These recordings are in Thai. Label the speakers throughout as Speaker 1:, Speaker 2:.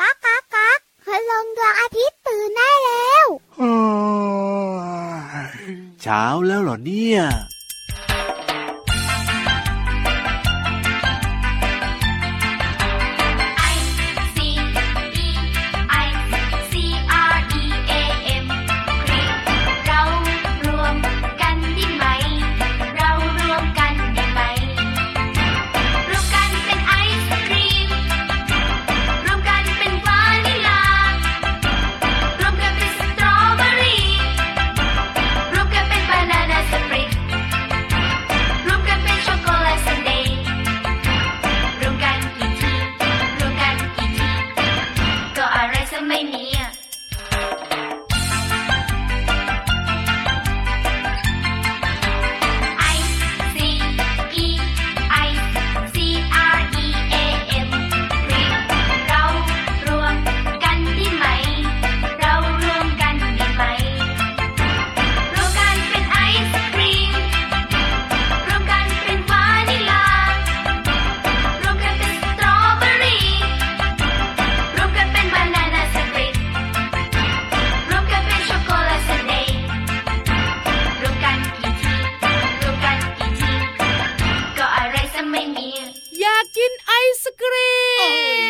Speaker 1: ก๊ากก๊ากก๊ากคืลงดวงอาทิตย์ตื่นได้แล้ว
Speaker 2: เช้าแล้วเหรอเนี่ย
Speaker 3: I C E I C R E A M ครีมเรารวมกันได้ไหม เรารวมกันได้ไหม รวมกันเป็นไอศครีม รวมกันเป็นวานิลา รวมกันเป็นสตรอเบอรี่ รวมกันเป็นบานาน่าสปริตรวมกันเป็นช็อกโกแลตซันเดย์ รวมกันกี่ทีรวมกันกี่ทีก็อะไรซะไม่มีอ่ะ I C E I C R E A M เรียกเรารวมกันได้ไหม เรารวมกันได้ไหม รวมกันเป็นไอศครีม รวมกันเป็นวานิลา รวมกันเป็นสตรอเบอรี่ รวมกันเป็นบานาน่าสปริตรวมกันเป็นช็อกโกแลตสันเดย์รวมกันกี่ที รวมกันกี่ที ก็อะไรซะไม่มี
Speaker 4: อยากกินไอศกรี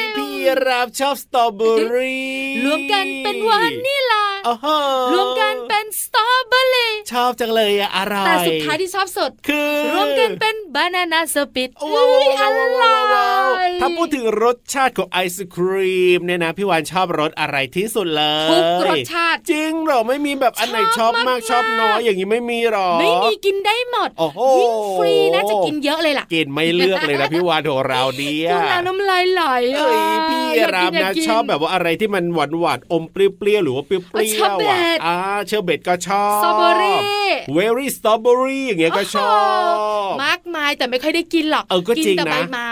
Speaker 4: ม
Speaker 2: พี่รับชอบสตรอเบอรี่
Speaker 4: รวมกันเป็นวานิลา
Speaker 2: โอ้โห
Speaker 4: รวมกันเป็นสตรอเบอรี่
Speaker 2: ชอบจังเลยอะอร่อย
Speaker 4: แต่สุดท้ายที่ชอบสุด
Speaker 2: คือ
Speaker 4: รวมกันเป็นบานาน่าสปิด
Speaker 2: ว้าว
Speaker 4: อุ้ยอ
Speaker 2: ว้าว
Speaker 4: ร่อ
Speaker 2: ว้าวว้าวย ถ้าพูดถึงรสชาติของไอศครีมเนี่ยนะพี่วานชอบรสอะไรที่สุดเลย
Speaker 4: ทุกรสชาติ
Speaker 2: จริงเหรอไม่มีแบบอันไหนชอบมาก
Speaker 4: ชอบมาก
Speaker 2: ชอบน้อยอย่างนี้ไม่มีหรอ
Speaker 4: ไม่มีกินได้หมด
Speaker 2: โอ้โห
Speaker 4: วิ่งฟรีน่าจะกินเยอะเลยล่ะ
Speaker 2: กินไม่เลือกเลยนะพี่วานของเราเนี่ย
Speaker 4: กินแล้วน้ำลายไหล
Speaker 2: เอ้ยพี่
Speaker 4: อยก
Speaker 2: ราม
Speaker 4: อย
Speaker 2: นะ
Speaker 4: กกิ
Speaker 2: ชอบแบบว่าอะไรที่มันหวานหวานๆอมเปรี้ยวๆหรือว่าเปรี้ยว
Speaker 4: ชอบ
Speaker 2: ๆ
Speaker 4: เบ็
Speaker 2: อ่ะ
Speaker 4: ด
Speaker 2: อ่าเชอร์เบตก็ชอบ
Speaker 4: สตรอเบอรี่
Speaker 2: เวอรี่สตรอเบอรี่อย่างเงี้ยก็ชอบ
Speaker 4: มากมายแต่ไม่ค่อยได้กินหรอก
Speaker 2: เออก็
Speaker 4: กิ
Speaker 2: จริง
Speaker 4: แต่
Speaker 2: นะ
Speaker 4: ใบไม้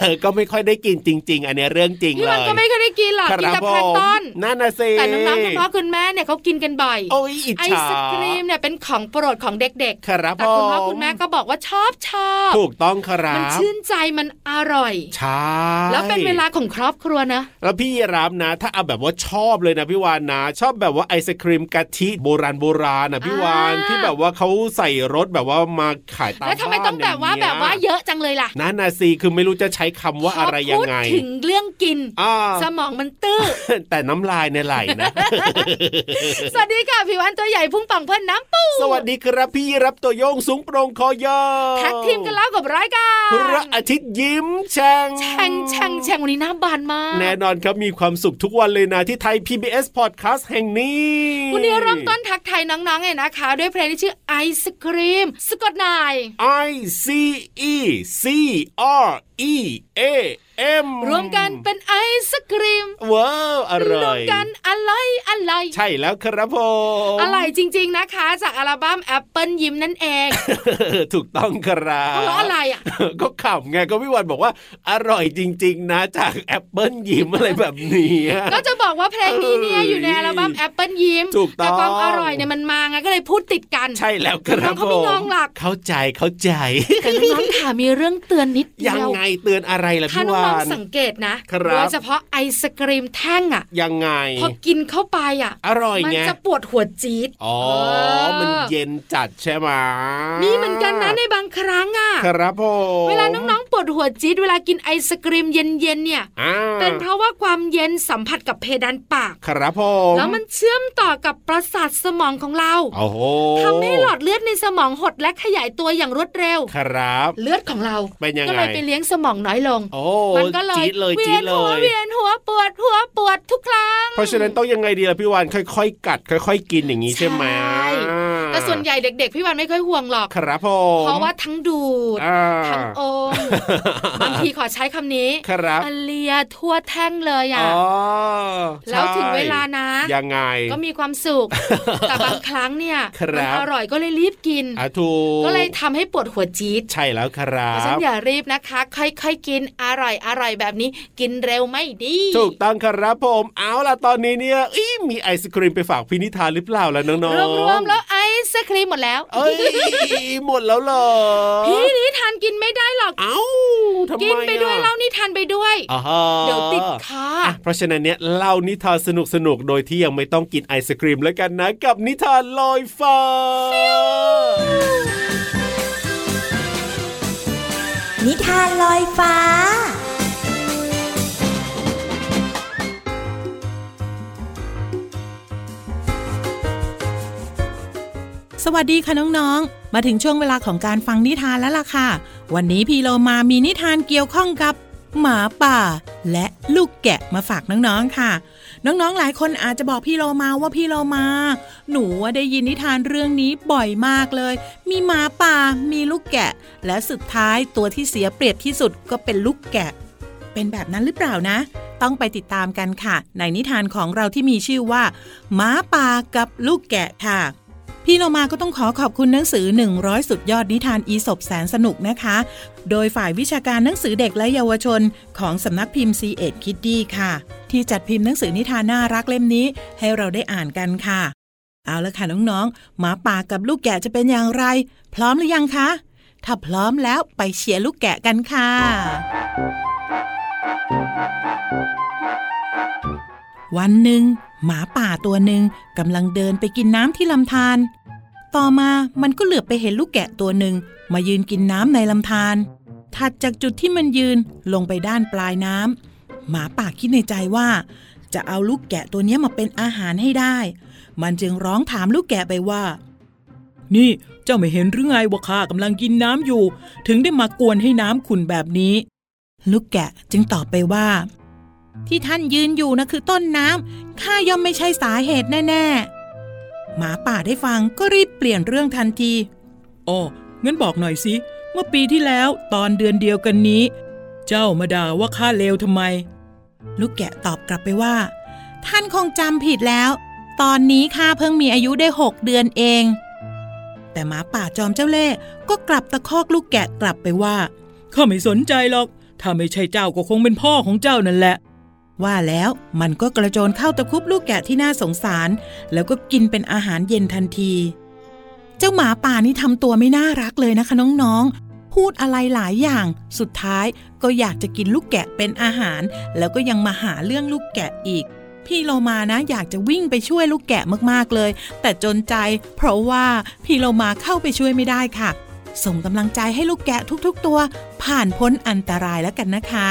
Speaker 2: เออก็ไม่ค่อยได้กินจริง ๆ อันเนี้ยเรื่องจริง
Speaker 4: พี่
Speaker 2: เล
Speaker 4: วัน
Speaker 2: ย
Speaker 4: ก็ไม่ค่อยได้กินหรอก
Speaker 2: ค
Speaker 4: กิน
Speaker 2: รับ
Speaker 4: แต่
Speaker 2: ผ
Speaker 4: แพลงก์
Speaker 2: ม
Speaker 4: ตอน
Speaker 2: นั่นนะสิ
Speaker 4: แต่น้องๆคุณพ่อคุณแม่เนี่ยเขากินกันบ่อย
Speaker 2: โอ้ยอิจ
Speaker 4: ไอ
Speaker 2: ฉา
Speaker 4: ศกรีมเนี่ยเป็นของโปรดของเด็กๆ
Speaker 2: ครับ
Speaker 4: แต่คุณพ่อ
Speaker 2: ผ
Speaker 4: คุณแม่ก็บอกว่าชอบชอบ
Speaker 2: ถูกต้องครั
Speaker 4: มั
Speaker 2: บ
Speaker 4: ชื่นใจมันอร่อย
Speaker 2: ใช่
Speaker 4: แล้วเป็นเวลาของครอบครัวนะ
Speaker 2: แล้วพี่รับนะ ถ้าเอาแบบว่าชอบเลยนะพี่วานนะ ชอบแบบว่าไอศครีมกะทิโบราณโบราณนะพี่วาน
Speaker 4: อ่า
Speaker 2: ที่แบบว่าเขาใส่รสแบบว่ามาขายตาม
Speaker 4: แล้วทำไม
Speaker 2: บ้าน
Speaker 4: ต้องแบบว่า
Speaker 2: ย่ง
Speaker 4: แบ
Speaker 2: เงี้ย
Speaker 4: บว่าเยอะจังเลยล่ะ
Speaker 2: นั่นนะสิคือไม่รู้จะใช้คำว่าอะไร
Speaker 4: พ
Speaker 2: ยั
Speaker 4: พู
Speaker 2: ง
Speaker 4: ด
Speaker 2: ไง
Speaker 4: ถึงเรื่องกิน
Speaker 2: อ่า
Speaker 4: สมองมัน ตื้อ
Speaker 2: แต่น้ำลายในไหลนะ
Speaker 4: สวัสดีค่ะพี่วันตัวใหญ่พุ่งปังเพื่อนน้ำปู
Speaker 2: สวัสดีครับพี่รับตัวโยงสูงโปรงคอยาว
Speaker 4: แท็กทีมกันแล้วกับรายการ
Speaker 2: พระอาทิตย์ยิ้มแช่ง
Speaker 4: แช่งแช่งแช่งวันนี้หน้าบานมาก
Speaker 2: แน่นอนครับมีความสุขทุกวันเลยนะที่ไทย PBS Podcast แห่งนี้
Speaker 4: วันนี้เริ่มต้นทักทายน้องๆเนี่ยนะคะ ด้วยเพลงที่ชื่อไอศครีมสะกดหนาย
Speaker 2: I C E C R E A M
Speaker 4: รวมกันเป็นไอศครีม
Speaker 2: ว้าวอ
Speaker 4: ร
Speaker 2: ร่
Speaker 4: ว
Speaker 2: อ
Speaker 4: ม
Speaker 2: ย
Speaker 4: กันอร่อยอร่อย
Speaker 2: ใช่แล้วครับผม
Speaker 4: อร่อยจริง ๆนะคะ จากอัลบั้มแอปเปิลยิ้มนั่นเอง
Speaker 2: ถูกต้องครับ
Speaker 4: เพราะว่าอะไรอ่ะ
Speaker 2: ก็ขำไงก็พี่วันบอกว่า อร่อยจริง ๆ นะจากแอปเปิลยิ้มอะไรแบบเนี้ย
Speaker 4: ก็จะบอกว่าเพลงนี้เนี่ย
Speaker 2: เอ้ย
Speaker 4: อยู่ในอัลบั้มแอปเปิลยิ้ม
Speaker 2: ถูกต้
Speaker 4: แต่
Speaker 2: อง
Speaker 4: ความอร่อยเนี่ยมันมาไงก็เลยพูดติดกัน
Speaker 2: ใช่แล้วครับ
Speaker 4: น้องเขา
Speaker 2: ผ
Speaker 4: ไม่
Speaker 2: ม
Speaker 4: งงหรอก
Speaker 2: เข้าใจเข้าใจ
Speaker 4: แต่น้องๆค่ะมีเรื่องเตือนนิดเดี
Speaker 2: ยัง
Speaker 4: ว
Speaker 2: ไงเตือนอะไรล่ะ
Speaker 4: ถ้า
Speaker 2: พี่
Speaker 4: น้
Speaker 2: วา
Speaker 4: อง
Speaker 2: น
Speaker 4: ๆสังเกตนะครับ โดยเฉพาะไอศกรีมแท่งอ่ะ
Speaker 2: ยังไง
Speaker 4: พอกินเข้าไปอ่ะ
Speaker 2: อร่อย
Speaker 4: มั
Speaker 2: ไง
Speaker 4: จะปวดหัวจี๊ด
Speaker 2: อ๋อ
Speaker 4: เออ
Speaker 2: มันเย็นจัดใช่ไหม
Speaker 4: มีเหมือนกันนะในบางครั้งอ่ะ
Speaker 2: ครับผม
Speaker 4: เวลาน้องๆปวดหัวจี๊ดเวลากินไอศกรีมเย็นๆเนี่ย
Speaker 2: อ่า
Speaker 4: เป็นเพราะว่าความเย็นสัมผัสกับเพดานปาก
Speaker 2: ครับผม
Speaker 4: แล้วมันเชื่อมต่อกับประสาทสมองของเรา
Speaker 2: โอ้โห
Speaker 4: ทำให้หลอดเลือดในสมองหดและขยายตัวอย่างรวดเร็ว
Speaker 2: ครับ
Speaker 4: เลือดของเรา
Speaker 2: เป็นยังไง
Speaker 4: ก็เลยไปเลี้ยงสมองน้อยลง
Speaker 2: โอ้
Speaker 4: มัก็เลย
Speaker 2: จี๊ดเลย
Speaker 4: เวี
Speaker 2: จี๊
Speaker 4: ย
Speaker 2: ด
Speaker 4: น
Speaker 2: เล
Speaker 4: หัวย เวียนหัวปวดหัวปวดทุกครั้ง
Speaker 2: เพราะฉะนั้นต้องยังไงดีล่ะพี่วานค่อยๆ กัด ค่อยๆ กินอย่างนี้ใช่ไหม
Speaker 4: แต่ส่วนใหญ่เด็ก ๆ พี่วันไม่ค่อยห่วงหรอก
Speaker 2: ครับผม
Speaker 4: เพราะว่าทั้งดูด
Speaker 2: อ่า
Speaker 4: ทั้งอ มบางทีขอใช้คำนี้
Speaker 2: ครับ
Speaker 4: มันเลียทั่วแท่งเลยอ่ะ
Speaker 2: อ๋อ
Speaker 4: แล้วถึงเวลานะ
Speaker 2: ยังไง
Speaker 4: ก็มีความสุ ข แต่บางครั้งเนี่ย
Speaker 2: ครั
Speaker 4: มั
Speaker 2: บ
Speaker 4: อร่อยก็เลยรีบกิน
Speaker 2: อ่ะถูก
Speaker 4: ก็เลยทำให้ปวดหัวจี๊ด
Speaker 2: ใช่แล้วครั
Speaker 4: เพ
Speaker 2: บ
Speaker 4: ราะฉะนันอย่ารีบนะคะ ค่อยๆกินอร่อยอร่อยแบบนี้ กินเร็วไม่ดี
Speaker 2: ถูกต้องครับผมเอาล่ะตอนนี้เนี่ยอีมีไอศครีมไปฝากพี่นิทานหรือเปล่าล่ะน้อง
Speaker 4: ร
Speaker 2: ๆ
Speaker 4: วมๆแล้วไอศครีมหมดแล้ว
Speaker 2: เอ้ยหมดแล้วเหรอ
Speaker 4: พี่นิทานกินไม่ได้หรอก
Speaker 2: เอ้าทำไม
Speaker 4: กินไปด้วย
Speaker 2: อะ
Speaker 4: เล่านิทานไปด้วย
Speaker 2: อ่าฮะ
Speaker 4: เดี๋ยวติดค่ะ
Speaker 2: อ่ะเพราะฉะนั้นเนี่ยเล่านิทานสนุกสนุกๆโดยที่ยังไม่ต้องกินไอศครีมแล้วกันนะ กับนิทานลอยฟ้า
Speaker 5: นิทานลอยฟ้า
Speaker 6: สวัสดีค่ะน้องๆ มาถึงช่วงเวลาของการฟังนิทานแล้วล่ะค่ะ วันนี้พี่โลมามีนิทานเกี่ยวข้องกับ หมาป่า และลูกแกะมาฝากน้องๆค่ะ น้องๆ หลายคนอาจจะบอกพี่โลมาว่าพี่โลมา หนูว่าได้ยินนิทานเรื่องนี้บ่อยมากเลย มีหมาป่า มีลูกแกะ และสุดท้ายตัวที่เสียเปรียบที่สุดก็เป็นลูกแกะ เป็นแบบนั้นหรือเปล่านะ ต้องไปติดตามกันค่ะ ในนิทานของเราที่มีชื่อว่าหมาป่ากับลูกแกะค่ะ พี่เรามาก็ต้องขอขอบคุณหนังสือ 100 สุดยอดนิทานอีสบแสนสนุกนะคะ โดยฝ่ายวิชาการหนังสือเด็กและเยาวชน ของสำนักพิมพ์ c ีเอ็ดคิดดีค่ะ ที่จัดพิมพ์หนังสือนิทานน่ารักเล่มนี้ ให้เราได้อ่านกันค่ะ เอาละค่ะน้องๆ หมาป่ากับลูกแกะจะเป็นอย่างไร พร้อมหรือยังคะ ถ้าพร้อมแล้วไปเชียร์ลูกแกะกันค่ะ วันหนึ่ง หมาป่าตัวหนึ่งกำลังเดินไปกินน้ำที่ลำธาร ต่อมามันก็เหลือบไปเห็นลูกแกะตัวหนึ่งมายืนกินน้ำในลำธารถัดจากจุดที่มันยืนลงไปด้านปลายน้ำหมาป่าคิดในใจว่า จะเอาลูกแกะตัวเนี้ยมาเป็นอาหารให้ได้ มันจึงร้องถามลูกแกะไปว่า นี่เจ้าไม่เห็นหรือไงว่าข้ากำลังกินน้ำอยู่ ถึงได้มากวนให้น้ำขุ่นแบบนี้ ลูกแกะจึงตอบไปว่า ที่ท่านยืนอยู่นะคือต้นน้ำข้าย่อมไม่ใช่สาเหตุแน่ ๆ หมาป่าได้ฟังก็รีบเปลี่ยนเรื่องทันทีอ๋องั้นบอกหน่อยสิ เมื่อปีที่แล้วตอนเดือนเดียวกันนี้ เจ้ามาด่าว่าข้าเลวทำไม ลูกแกะตอบกลับไปว่า ท่านคงจำผิดแล้ว ตอนนี้ข้าเพิ่งมีอายุได้หกเดือนเอง แต่หมาป่าจอมเจ้าเล่ห์ก็กลับตะคอกลูกแกะกลับไปว่าข้าไม่สนใจหรอก ถ้าไม่ใช่เจ้าก็คงเป็นพ่อของเจ้านั่นแหละ ว่าแล้วมันก็กระโจนเข้าตะครุบลูกแกะที่น่าสงสาร แล้วก็กินเป็นอาหารเย็นทันที เจ้าหมาป่านี่ทำตัวไม่น่ารักเลยนะคะน้องๆ พูดอะไรหลายอย่าง สุดท้ายก็อยากจะกินลูกแกะเป็นอาหาร แล้วก็ยังมาหาเรื่องลูกแกะอีก พี่โลมานะอยากจะวิ่งไปช่วยลูกแกะมากๆเลย แต่จนใจ เพราะว่าพี่โลมาเข้าไปช่วยไม่ได้ค่ะ ส่งกำลังใจให้ลูกแกะทุกๆ ตัว ผ่านพ้นอันตรายแล้วกันนะคะ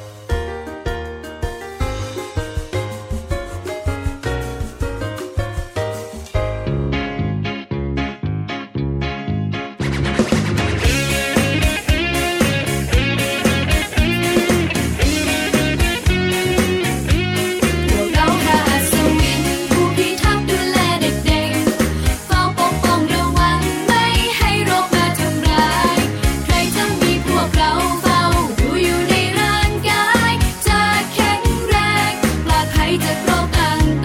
Speaker 7: พวกเราพระอัศวินผู้พิทักษ์ดูแลเด็กๆเฝ้าปกป้องระวังไม่ให้โรคมาทำร้าย ใครทั้งมีพวกเราเฝ้าดูอยู่ในร่างกาย จะแข็งแรงปลอดภัยจากโรคต่างๆ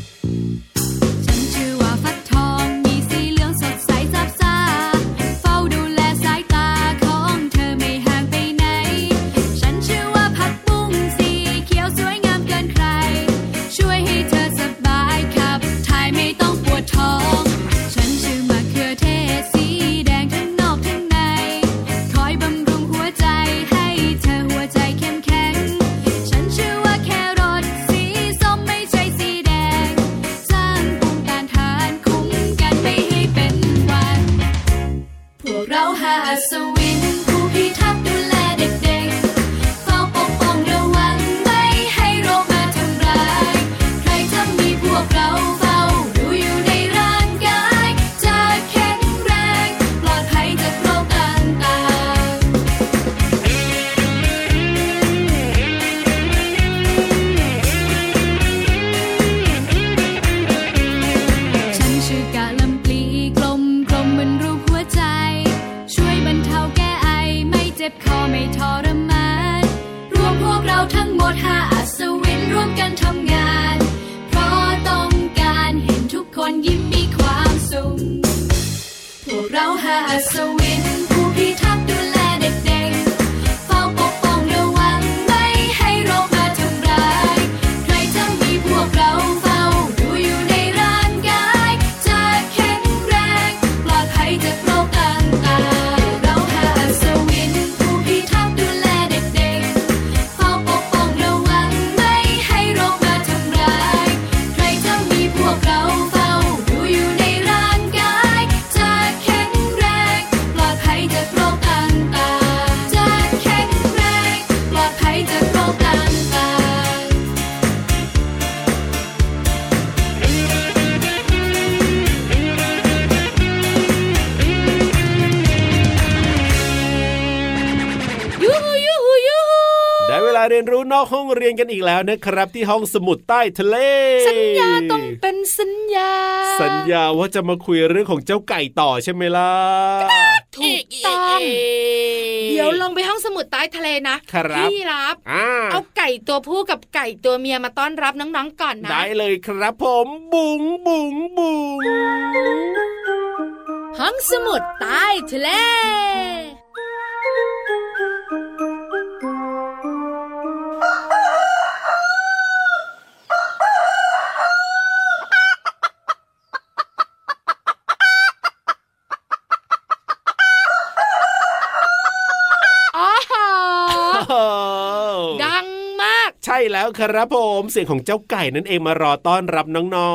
Speaker 7: ฉันชื่อว่าฟัดทอง มีสีเหลืองสดใสซับซ่า เฝ้าดูแลสายตาของเธอไม่ห่างไปไหน ฉันชื่อว่าผักบุ้งสีเขียวสวยงามเกินใคร ช่วยให้เธอสบายขับถ่ายไม่ต้องปวดท้อง ฉันชื่อมะเขือเทศสีแดงทั้งนอกทั้งใน คอยบำรุงหัวใจให้เธอหัวใจเข้มแข็ง ฉันชื่อว่าแครอทสีส้มไม่ใช่สีแดง สร้างภูมิต้านทานคุ้มกันไม่ให้เป็นหวัด พวกเราหาอัศวิน ผู้พิทักษ์ดูแลเด็กๆเฝ้าปกป้องระวังไม่ให้โรคมาทำร้าย ใครทำมีพวกเราเฝ้าดูอยู่ในร่างกาย จะแข็งแรง ปลอดภัยจากโรคต่างๆ ฉันชื่อกะลำปลีกลมกลมเหมือนรูปหัวใจ ช่วยบรรเทาแก้ไอไม่เจ็บคอไม่ทรมาน รวมพวกเราทั้งหมดห้าอัศวินร่วมกันทำงาน เพราะต้องการเห็นทุกคนยิ้มมีความสุข พวกเราหาอัศวิน ผู้พิทักษ์ดูแลเด็กๆเฝ้าปกป้องระวังไม่ให้โรคมาทำร้าย ใครทั้งมีพวกเราเฝ้าดูอยู่ในร่างกาย จะ
Speaker 2: เรียนรู้นอกห้องเรียนกันอีกแล้วนะครับ ที่ห้องสมุดใต้ทะเล
Speaker 4: สัญญาต้องเป็นสัญญา
Speaker 2: สัญญาว่าจะมาคุยเรื่องของเจ้าไก่ต่อใช่ไหมล่ะ
Speaker 4: ถูกต้องเดี๋ยวลงไปห้องสมุดใต้ทะเลนะครับ พี่รับ
Speaker 2: อ่า
Speaker 4: เอาไก่ตัวผู้กับไก่ตัวเมียมาต้อนรับน้องๆก่อนนะ
Speaker 2: ได้เลยครับผมบุ๋งบุ๋งบุ๋ง
Speaker 4: ห้องสมุดใต้ทะเล อ้าวห
Speaker 2: โอ้โห
Speaker 4: ดังมาก
Speaker 2: ใช่แล้วครับผมเสียงของเจ้าไก่นั่นเองมารอต้อนรับน้อ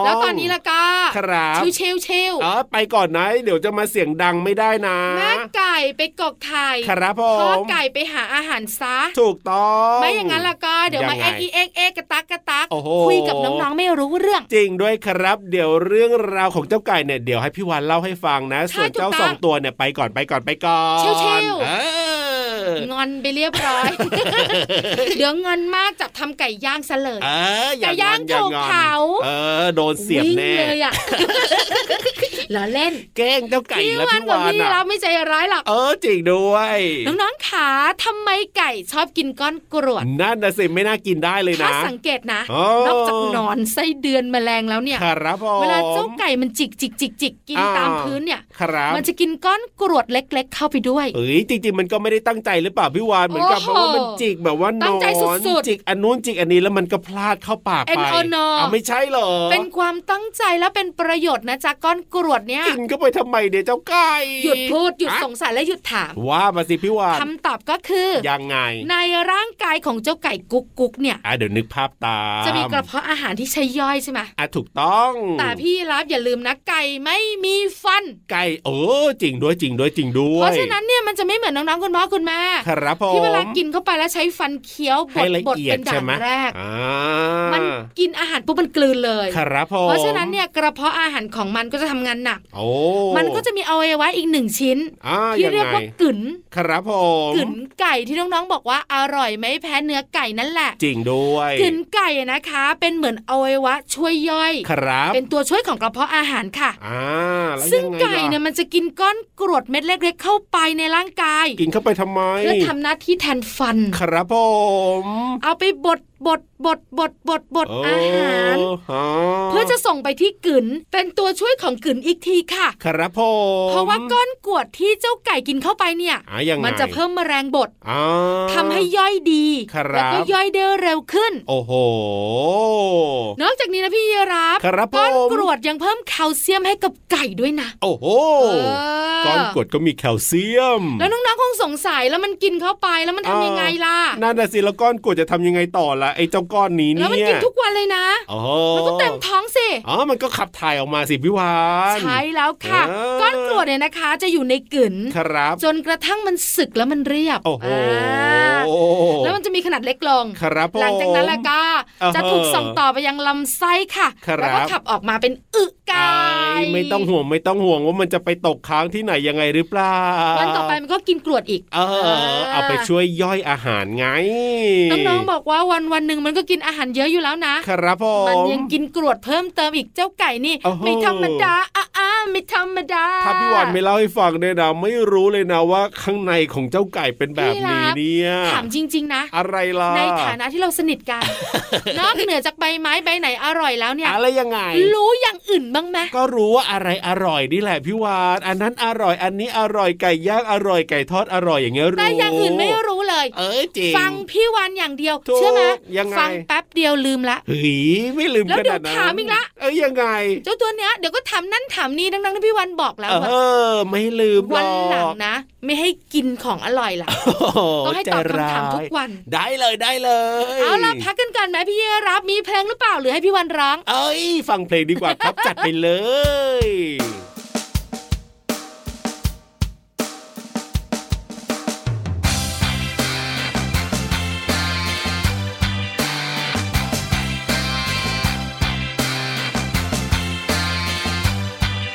Speaker 2: งๆ
Speaker 4: แล้วตอนนี้ละก็
Speaker 2: ครับ
Speaker 4: ชิวชิวชิวๆ
Speaker 2: อ๋อไปก่อนนะ เดี๋ยวจะมาเสียงดังไม่ได้นะ
Speaker 4: แม่ไก่ไปกกไข่
Speaker 2: ครับผ
Speaker 4: พ่อ
Speaker 2: ม
Speaker 4: ไก่ไปหาอาหารซะ
Speaker 2: ถูกต้อง
Speaker 4: ไม่อย่างนั้นละก็เดี๋ยวมา
Speaker 2: ยังไง
Speaker 4: เอ็กอีเอ็กเอ็กกระตักกระตัก
Speaker 2: โอ้โห
Speaker 4: คุยกับน้องๆไม่รู้เรื่อง
Speaker 2: จริงด้วยครับ เดี๋ยวเรื่องราวของเจ้าไก่เนี่ยเดี๋ยวให้พี่วานเล่าให้ฟังนะ
Speaker 4: ใช่
Speaker 2: ส่วนเจ้า
Speaker 4: ถูกต้อง
Speaker 2: สองตัวเนี่ยไปก่อนไปก่อนไปก่อน
Speaker 4: ชิวๆ
Speaker 2: เออง
Speaker 4: อนไปเรียบร้อย เดี๋ยวงอนมากจับทำไก่ย่างซะเลย
Speaker 2: เอออย่า
Speaker 4: แต่ย่าง
Speaker 2: อนอย่
Speaker 4: ถูก
Speaker 2: อน
Speaker 4: เผา
Speaker 2: เออ โดนเสียบ
Speaker 4: วิ่ง
Speaker 2: แน่
Speaker 4: เลย อ่ะ ล้อเล่น
Speaker 2: แกล้งเจ้าไก่
Speaker 4: พี่
Speaker 2: แล้ว
Speaker 4: วัน
Speaker 2: พี่
Speaker 4: กับ
Speaker 2: วาน
Speaker 4: พี่
Speaker 2: อ่ะ
Speaker 4: เราไม่ใจร้ายหรอก
Speaker 2: เออจริงด้วย
Speaker 4: น้องๆขาทำไมไก่ชอบกินก้อนกรวด
Speaker 2: นั่นนะสิไม่น่ากินได้เลย
Speaker 4: ถ้า
Speaker 2: นะ
Speaker 4: สังเกตนะ
Speaker 2: อ๋อ
Speaker 4: นอกจากหนอนไส้เดือนแมลงแล้วเนี่ย
Speaker 2: ครับผม
Speaker 4: เวลาเจ้าไก่มันจิกจิกจิกจิกกิน
Speaker 2: อ่า
Speaker 4: ตามพื้นเนี่ย
Speaker 2: ครับ
Speaker 4: มันจะกินก้อนกรวดเล็ก ๆ เข้าไปด้วย
Speaker 2: เอ้ยจริงๆมันก็ไม่ได้ตั้งใจหรือเปล่าพี่วานเหมือนกับ
Speaker 4: โอ้
Speaker 2: แบบ
Speaker 4: โห
Speaker 2: ว่ามันจิกแบบว่าหน
Speaker 4: ตั้ง
Speaker 2: อ
Speaker 4: ใจสุ
Speaker 2: น
Speaker 4: ดๆ
Speaker 2: จิกอันนู้นจิกอันนี้แล้วมันก็พลาดเข้าปาก
Speaker 4: เอ็น
Speaker 2: ไป
Speaker 4: โอนอ
Speaker 2: อ่ะไม่ใช่เหรอ
Speaker 4: เป็นความตั้งใจและเป็นประโยชน์นะจ๊ะก้อนกรวดเนี่ย
Speaker 2: กินเข้าไปทำไมเนี่ยเจ้าไก่
Speaker 4: หยุดพูดหยุด
Speaker 2: อ่ะ
Speaker 4: สงสัยและหยุดถาม
Speaker 2: ว่ามาสิพี่วาน
Speaker 4: คำตอบก็คือ
Speaker 2: ยังไง
Speaker 4: ในร่างกายของเจ้าไก่กุ๊กกุ๊กเนี่ย
Speaker 2: อ่ะเดี๋ยวนึกภาพตาม
Speaker 4: จะมีกระเพาะอาหารที่ใช้ย่อยใช่ไหม
Speaker 2: อ่ะถูกต้อง
Speaker 4: แต่พี่รับอย่าลืมนะไก่ไม่มีฟัน
Speaker 2: ไก่เออจริงด้วยจริงด้วยจริงด้วย
Speaker 4: เพราะฉะนั้นเนี่ยมันจะไม่เหมือนน้องๆคุณพ่อคุณแม่
Speaker 2: ครับผม
Speaker 4: ที่เวลากินเข้าไปแล้วใช้ฟันเคี้ยวบ
Speaker 2: ให้
Speaker 4: ด
Speaker 2: ละ
Speaker 4: บด
Speaker 2: เอียด
Speaker 4: เป็นด่า
Speaker 2: ใช่
Speaker 4: น
Speaker 2: ไหม
Speaker 4: แรก
Speaker 2: อ่า
Speaker 4: มันกินอาหารปุ๊บมันกลืนเลย
Speaker 2: ครับผม
Speaker 4: เพราะฉะนั้นเนี่ยกระเพาะอาหารของมันก็จะทำงานหนัก
Speaker 2: โอ้
Speaker 4: มันก็จะมีอวัยวะอีกหนึ่งชิ้น
Speaker 2: อ่า
Speaker 4: ที่
Speaker 2: ง
Speaker 4: เรียก
Speaker 2: ไง
Speaker 4: ว่ากึ๋น
Speaker 2: ครับผม
Speaker 4: กึ๋นไก่ที่น้องๆบอกว่าอร่อยไม่แพ้เนื้อไก่นั่นแหละ
Speaker 2: จริงด้วย
Speaker 4: กึ๋นไก่อะนะคะ เป็นเหมือนอวัยวะช่วยย่อย
Speaker 2: ครับ
Speaker 4: เป็นตัวช่วยของกระเพาะอาหารค่ะ
Speaker 2: อ่าแล้ว
Speaker 4: ซึ่ง
Speaker 2: ยัไง
Speaker 4: ไก่เนี่ย
Speaker 2: ล่ะ
Speaker 4: มันจะกินก้อนกรวดเม็ดเล็กๆเข้าไปในร่างกาย
Speaker 2: กินเข้าไปทำไม
Speaker 4: เพื่อทำหน้าที่แทนฟัน
Speaker 2: ครับผม
Speaker 4: เอาไปบดบดบดบดบดบดอาหาร
Speaker 2: โอ้ฮ
Speaker 4: เพื่อจะส่งไปที่กึ๋นเป็นตัวช่วยของกึ๋นอีกทีค่ะ
Speaker 2: ครับผม
Speaker 4: เพราะว่าก้อนกรวดที่เจ้าไก่กินเข้าไปเนี่ย
Speaker 2: อ่ะยังไง
Speaker 4: มันจะเพิ่มแมลงบด
Speaker 2: อ่า
Speaker 4: ทำให้ย่อยดี
Speaker 2: ครับ
Speaker 4: แล้วก็ย่อยได้เร็วขึ้น
Speaker 2: โอ้โห
Speaker 4: นอกจากนี้นะพี่ยีรับ
Speaker 2: ครับ
Speaker 4: ก้อน
Speaker 2: ผม
Speaker 4: กรวดยังเพิ่มแคลเซียมให้กับไก่ด้วยนะ
Speaker 2: โอ้โห
Speaker 4: โอ้
Speaker 2: ก้อนกรวดก็มีแคลเซียม
Speaker 4: แล้วน้องๆคงสงสัยแล้วมันกินเข้าไปแล้วมันทำ
Speaker 2: อ่ายั
Speaker 4: ยังไงล่ะ
Speaker 2: นั่นน่ะสิแล้วก้อนกรวดจะทำยังไงต่อล่ะไอ้เจ้าก้อนนี้
Speaker 4: แล้วมัน
Speaker 2: เนี่ย
Speaker 4: กินทุกวันเลยนะ
Speaker 2: โอ้โห
Speaker 4: มันก็เต็มท้องสิ
Speaker 2: อ๋อมันก็ขับถ่ายออกมาสิพี่วาน
Speaker 4: ใช่แล้วค่ะ
Speaker 2: เออ
Speaker 4: ก้อนกรวดเนี่ยนะคะ จะอยู่ในกึ๋น
Speaker 2: ครับ
Speaker 4: จนกระทั่งมันสึกแล้วมันเรียบ
Speaker 2: โอ้โห
Speaker 4: อ่าแล้วมันจะมีขนาดเล็กลง
Speaker 2: ครับผม
Speaker 4: หลังจากนั้นแล้วก็
Speaker 2: อ่าฮะ
Speaker 4: จะถูกส่งต่อไปยังลำไส้ค่ะ
Speaker 2: ครับ
Speaker 4: แล้วก็ขับออกมาเป็นอึไก่
Speaker 2: ไอ้ไม่ต้องห่วงไม่ต้องห่วงว่ามันจะไปตกค้างที่ไหนยังไงหรือเปล่า
Speaker 4: วันต่อไปมันก็กินกรวดอีก
Speaker 2: เออเอาไปช่วยย่อยอาหารไง
Speaker 4: น้องๆบอกว่าวันวันๆหนึ่งมันก็กินอาหารเยอะอยู่แล้วนะ
Speaker 2: ครับผม
Speaker 4: มันยังกินกรวดเพิ่มเติมอีกเจ้าไก่นี่
Speaker 2: โอ้โห
Speaker 4: ไม่ธรรมดาอ้าอ้าไม่ธรรมดา
Speaker 2: ถ้าพี่วันไม่เล่าให้ฟังเนี่ยนะไม่รู้เลยนะว่าข้างในของเจ้าไก่เป็นแบบ
Speaker 4: พี่
Speaker 2: นี้
Speaker 4: รับ
Speaker 2: เนี่ย
Speaker 4: ถามจริง ๆ นะ
Speaker 2: อะไรล่ะ
Speaker 4: ในฐานะที่เราสนิท กัน นอกเหนือจากใบไม้ใบไหนอร่อยแล้วเนี่ย
Speaker 2: อะไรยังไง
Speaker 4: รู้อย่างอื่นบ้างไหม
Speaker 2: ก็รู้ว่าอะไรอร่อยนี่แหละพี่วานอันนั้นอร่อยอันนี้อร่อยไก่ย่างอร่อยไก่ทอดอร่อยอย่างเงี้ยรู้
Speaker 4: แต่อย่างอื่นไม่รู้เลย
Speaker 2: เออจริง
Speaker 4: ฟังพี่วันอย่างเดียว
Speaker 2: ถูก
Speaker 4: เชื่อไหม
Speaker 2: ยังไง
Speaker 4: ฟังแป๊บเดียวลืมละ
Speaker 2: เฮ้ยไม่ลืม
Speaker 4: แล้ว
Speaker 2: ข
Speaker 4: เดี๋ยว
Speaker 2: นาดนั้น
Speaker 4: ถามอีกละ
Speaker 2: เอ้ยยังไง
Speaker 4: เจ้าตัวเนี้ยเดี๋ยวก็ถามนั่นถามนี่ดังๆที่พี่วันบอกแล้ว
Speaker 2: เออไม่ลืม
Speaker 4: วันหลั
Speaker 2: รอง ก
Speaker 4: นะ ไม่ให้กินของอร่อยล่ะ
Speaker 2: โโ
Speaker 4: ต้องให้ตอบคำถามทุก
Speaker 2: ใจร้ย
Speaker 4: วัน
Speaker 2: ได้เลยได้เลย
Speaker 4: เอาล่ะพักกันก่อนไหมพี่เยรับมีเพลงหรือเปล่าหรือให้พี่วันร้อง
Speaker 2: เอ้ย ฟังเพลงดีกว่าครับ จัดไปเลย
Speaker 1: ตั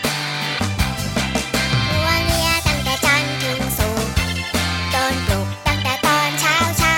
Speaker 1: วเลียตั้งแต่จันทร์ถึงศุกร์โดนปลุกตั้งแต่ตอนเช้าเช้า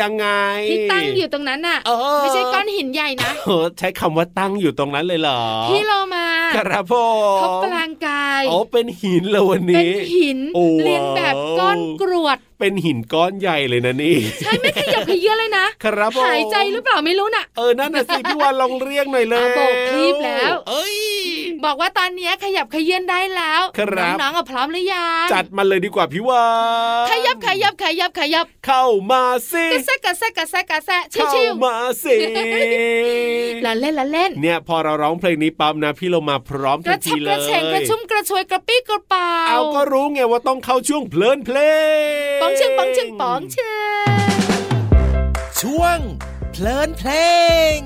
Speaker 2: ยังไง
Speaker 4: ที่ตั้งอยู่ตรงนั้นน่ะ
Speaker 2: เออ
Speaker 4: ไม่ใช่ก้อนหินใหญ่นะ
Speaker 2: เออใช้คำว่าตั้งอยู่ตรงนั้นเลยเหรอ
Speaker 4: พี่โลมา
Speaker 2: ครับพ่อ
Speaker 4: เขากลางกาย
Speaker 2: อ๋อเป็นหินเลยวัน
Speaker 4: เป็น
Speaker 2: นี้
Speaker 4: หิน
Speaker 2: โอ้
Speaker 4: เรียนแบบก้อนกรวด
Speaker 2: เป็นหินก้อนใหญ่เลยนะนี่
Speaker 4: ใช่ไม่ขยับขยื่นเลยนะครับ
Speaker 2: ผม
Speaker 4: หายใจหรือเปล่าไม่รู้น่ะ
Speaker 2: เออนั่นน่ะสิพี่วานลองเรียกหน่อยเลย
Speaker 4: อ่ะโบกคลีปแล้ว
Speaker 2: เอ้ย
Speaker 4: บอกว่าตอนเนี้ยขยับขยื่นได้แล้ว
Speaker 2: ครับ
Speaker 4: น้องๆอ่ะพร้อมหรือยัง
Speaker 2: จัดมันเลยดีกว่าพี่วาน
Speaker 4: ขยับขยับขยับขยับ
Speaker 2: เข้ามาสิ
Speaker 4: กระแซะกระแซะกระแซะกระแซะชิว
Speaker 2: เข้า
Speaker 4: ชิว
Speaker 2: มาสิ
Speaker 4: ๆละเล่นละเล่น
Speaker 2: เนี่ยพอเราร้องเพลงนี้ปั๊มนะพี่เรามาพร้อม
Speaker 4: ก
Speaker 2: ทั
Speaker 4: ระ
Speaker 2: น
Speaker 4: ชั
Speaker 2: ที
Speaker 4: บก
Speaker 2: เล
Speaker 4: ระ
Speaker 2: ย
Speaker 4: เฉงกระชุ่มกระชวยกระปี้กระเป๋า
Speaker 2: เอาก็รู้ไงว่าต้องเข้าช่วงเพลินเพลง
Speaker 4: ป๋องเชิงป๋องเชิงป๋องเชิง
Speaker 8: ช่วงเพลินเพลง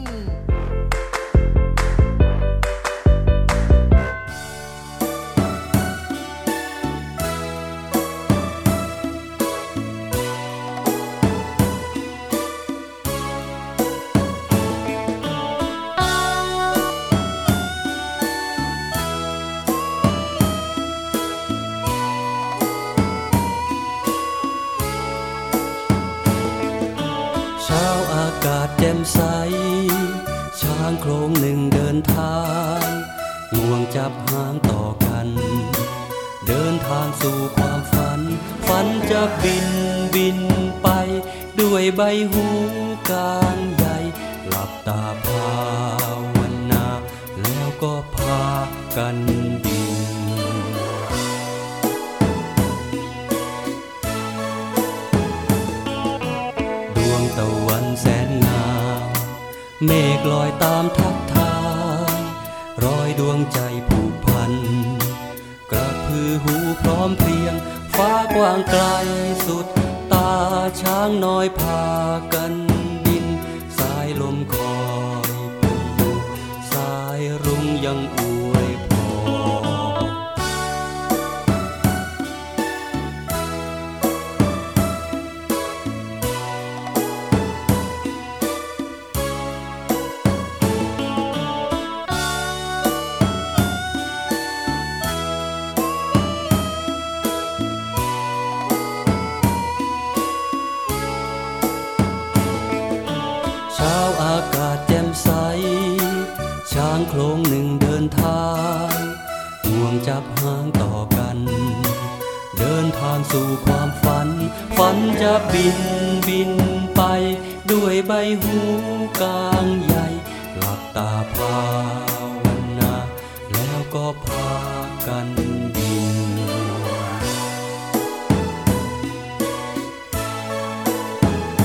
Speaker 9: เช้าอากาศแจ่มใส ช้างโครงหนึ่งเดินทางงวงจับหางต่อกัน เดินทางสู่ความฝัน ฝันจะบินบินไป ด้วยใบหูกลางใหญ่ หลับตาภาวนา แล้วก็พากันบิน ดวงตะวันแสนงามเมฆลอยตามทับทางรอยดวงใจผูกพัน กระพือหูพร้อมเพรียง ฟ้ากว้างไกลสุด ตาช้างน้อยพากันบิน สายลมคอยเป็นอยู่สายรุ้งยังอวยพร เช้าอากาศแจ่มใส ช้างโครงหนึ่งเดินทางห่วงจับหางต่อกัน เดินทางสู่ความฝัน ฝันจะบินบินไป ด้วยใบหูกลางใหญ่ หลับตาภาวนา แล้วก็พากันบิน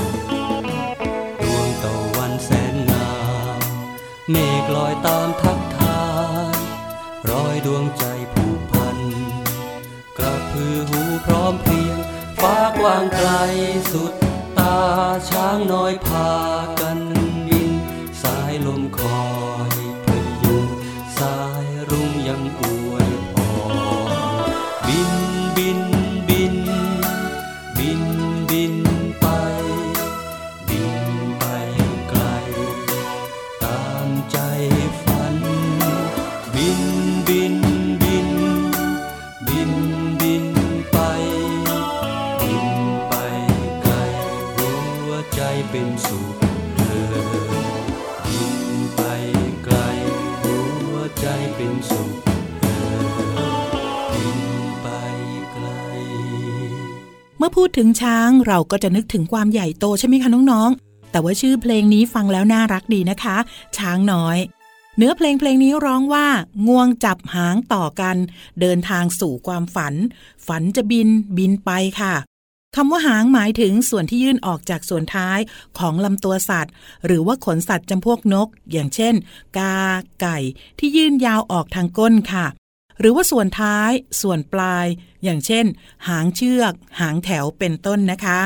Speaker 9: ดวงตะวันแสนงามเมฆลอยตามทักทายรอยดวงใจผูกพัน กระพือหูพร้อมเพรียง ฟ้ากว้างไกลสุด ตาช้างน้อยพากันบิน สายลมคอยพยุง สายรุ่งยังอวยพร บินบินบิน บินบินไป บินไปไกล ตามใจฝัน บินบินบิน บินบินไป บินไปไกลหัวใจเป็นสุขเดินบินไปไกลหัวใจเป็นสุขเดินบินไปไกล
Speaker 6: เมื่อพูดถึงช้างเราก็จะนึกถึงความใหญ่โตใช่ไหมคะน้องๆ แต่ว่าชื่อเพลงนี้ฟังแล้วน่ารักดีนะคะ ช้างน้อย เนื้อเพลงเพลงนี้ร้องว่าง่วงจับหางต่อกัน เดินทางสู่ความฝัน ฝันจะบินบินไปค่ะคำว่าหางหมายถึงส่วนที่ยื่นออกจากส่วนท้ายของลำตัวสัตว์ หรือว่าขนสัตว์จำพวกนก อย่างเช่น กา ไก่ ที่ยื่นยาวออกทางก้นค่ะ หรือว่าส่วนท้าย ส่วนปลาย อย่างเช่น หางเชือก หางแถวเป็นต้นนะคะ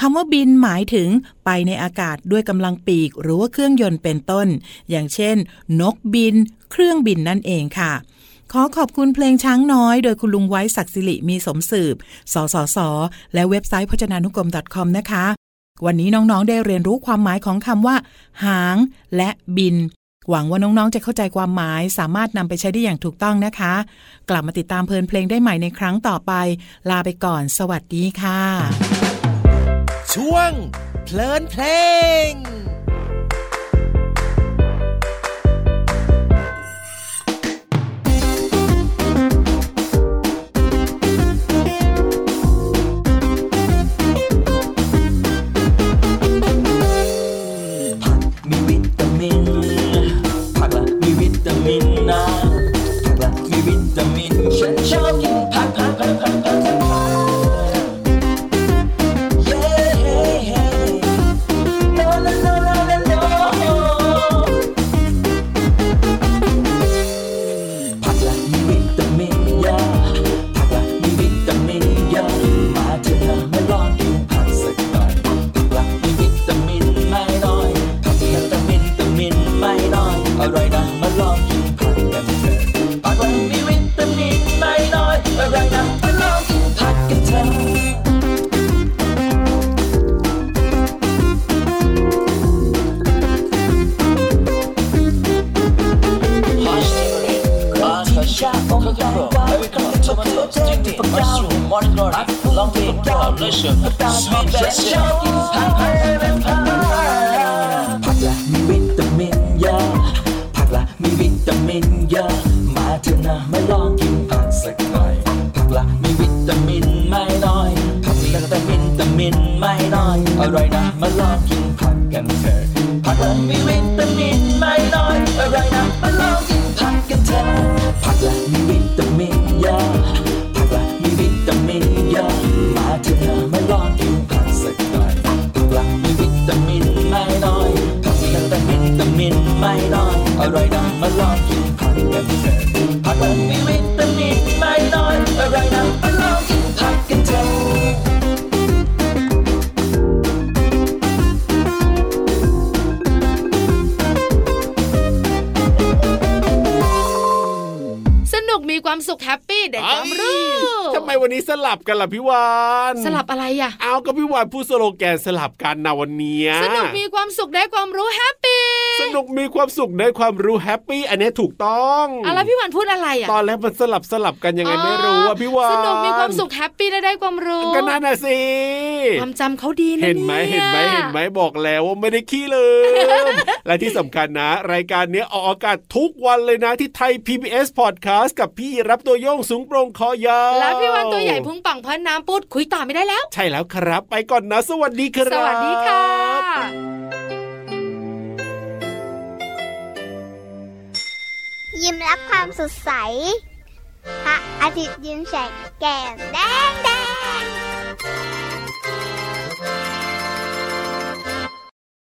Speaker 6: คำว่าบินหมายถึงไปในอากาศด้วยกำลังปีก หรือว่าเครื่องยนต์เป็นต้น อย่างเช่น นกบิน เครื่องบินนั่นเองค่ะ ขอขอบคุณเพลงช้างน้อย โดยคุณลุงไว้ศักดิ์สิริมีสมสืบ สสส และเว็บไซต์พจนานุกรม .com นะคะ วันนี้น้องๆ ได้เรียนรู้ความหมายของคำว่า หาง และบิน หวังว่าน้องๆ จะเข้าใจความหมาย สามารถนำไปใช้ได้อย่างถูกต้องนะคะ กลับมาติดตามเพลินเพลงได้ใหม่ในครั้งต่อไป ลาไปก่อน สวัสดีค่ะ
Speaker 8: ช่วงเพลินเพลง
Speaker 9: ผักมีวิตามิน ผักละมีวิตามินนะผักละมีวิตามินฉันชอบกินผักผักผักผักผักผักผักเย้เฮ้เฮ้โนโนโนโนโนโนผักละมีวิตามินเยอะผักละมีวิตามินเยอะมาเถอะนะมาลองกินผักสักหน่อย ผักละมีวิตามินไม่น้อย ผักละตามินตามินไม่น้อยอร่อยนะมาลองกินผักกันเถอะผักละมีวิตามินไม่น้อยอร่อยนะมาลองกินผักกันเถอะที่ชาองค์การว่าทบทวนจิตประกาวมอนกรอนลองกินประกาวเลยเชิญประกาวมีแต่ชอบกินผัก ผักละมีวิตามินเยอะผักละมีวิตามินเยอะมาเถอะนะมาลองกินผักสักหน่อย ผักละมีวิตามินไม่น้อย ผักมีวิตามินตามินไม่น้อย อร่อยนะมาลองกินผักกันเถอะ ผักละมีวิตามินไม่น้อย อร่อยนะมาลองกินผักกันเถอะ ผักละมีวิตามินเยอะผักละมีวิตามินเยอะมาเถอะนะมาลองกินผักสักหน่อย ผักละมีวิตามินไม่น้อย ผักมีวิตามินตามินไม่น้อย อร่อยนะมาลองกินผักกันเถอะ ผักละมีวิตามินไม่น้อย อร่อยนะมาลองกินผักกันเถอะ
Speaker 4: สนุกมีความสุขแฮปปี้เด็กความรู้
Speaker 2: ทำไมวันนี้สลับกันล่ะพี่วาน
Speaker 4: สลับอะไรอ่ะ
Speaker 2: เอาก็พี่วานพูดสโลแกนสลับกันนะวันเนี้ย
Speaker 4: สนุกมีความสุขได้ความรู้แฮปปี้
Speaker 2: สนุกมีความสุขได้ความรู้แฮปปี้อันเนี้ยถูกต้อง
Speaker 4: อ่ะแล้วพี่หวานพูดอะไรอ่ะ
Speaker 2: ตอนแรกมันสลับสลับกันยังไงไม่รู้อ่ะพี่วาน
Speaker 4: สนุกมีความสุขแฮปปี้และได้ความรู้
Speaker 2: ก็นั่นน่ะสิ
Speaker 4: ความจำเขาดีนะ
Speaker 2: เห็นไหม
Speaker 4: ย
Speaker 2: เห็นไหมเห็นไหมบอกแล้วว่าไม่ได้ขี้เลย และที่สำคัญนะ รายการเนี้ยออกอากาศทุกวันเลยนะที่ไทย PBS Podcast กับพี่รับตัวโยงสูงโปรงคอยาว
Speaker 4: แล้วพี่หวันตัวใหญ่พุงป่องพอน้ำปุดคุยต่อไม่ได้แล้ว
Speaker 2: ใช่แล้วครับ ไปก่อนนะ สวัสดีครับ
Speaker 4: สวัสดีค่ะ
Speaker 1: ยิ้มรับความสดใส พระอาทิตย์ยิ้มแฉกแก้มแดงแดง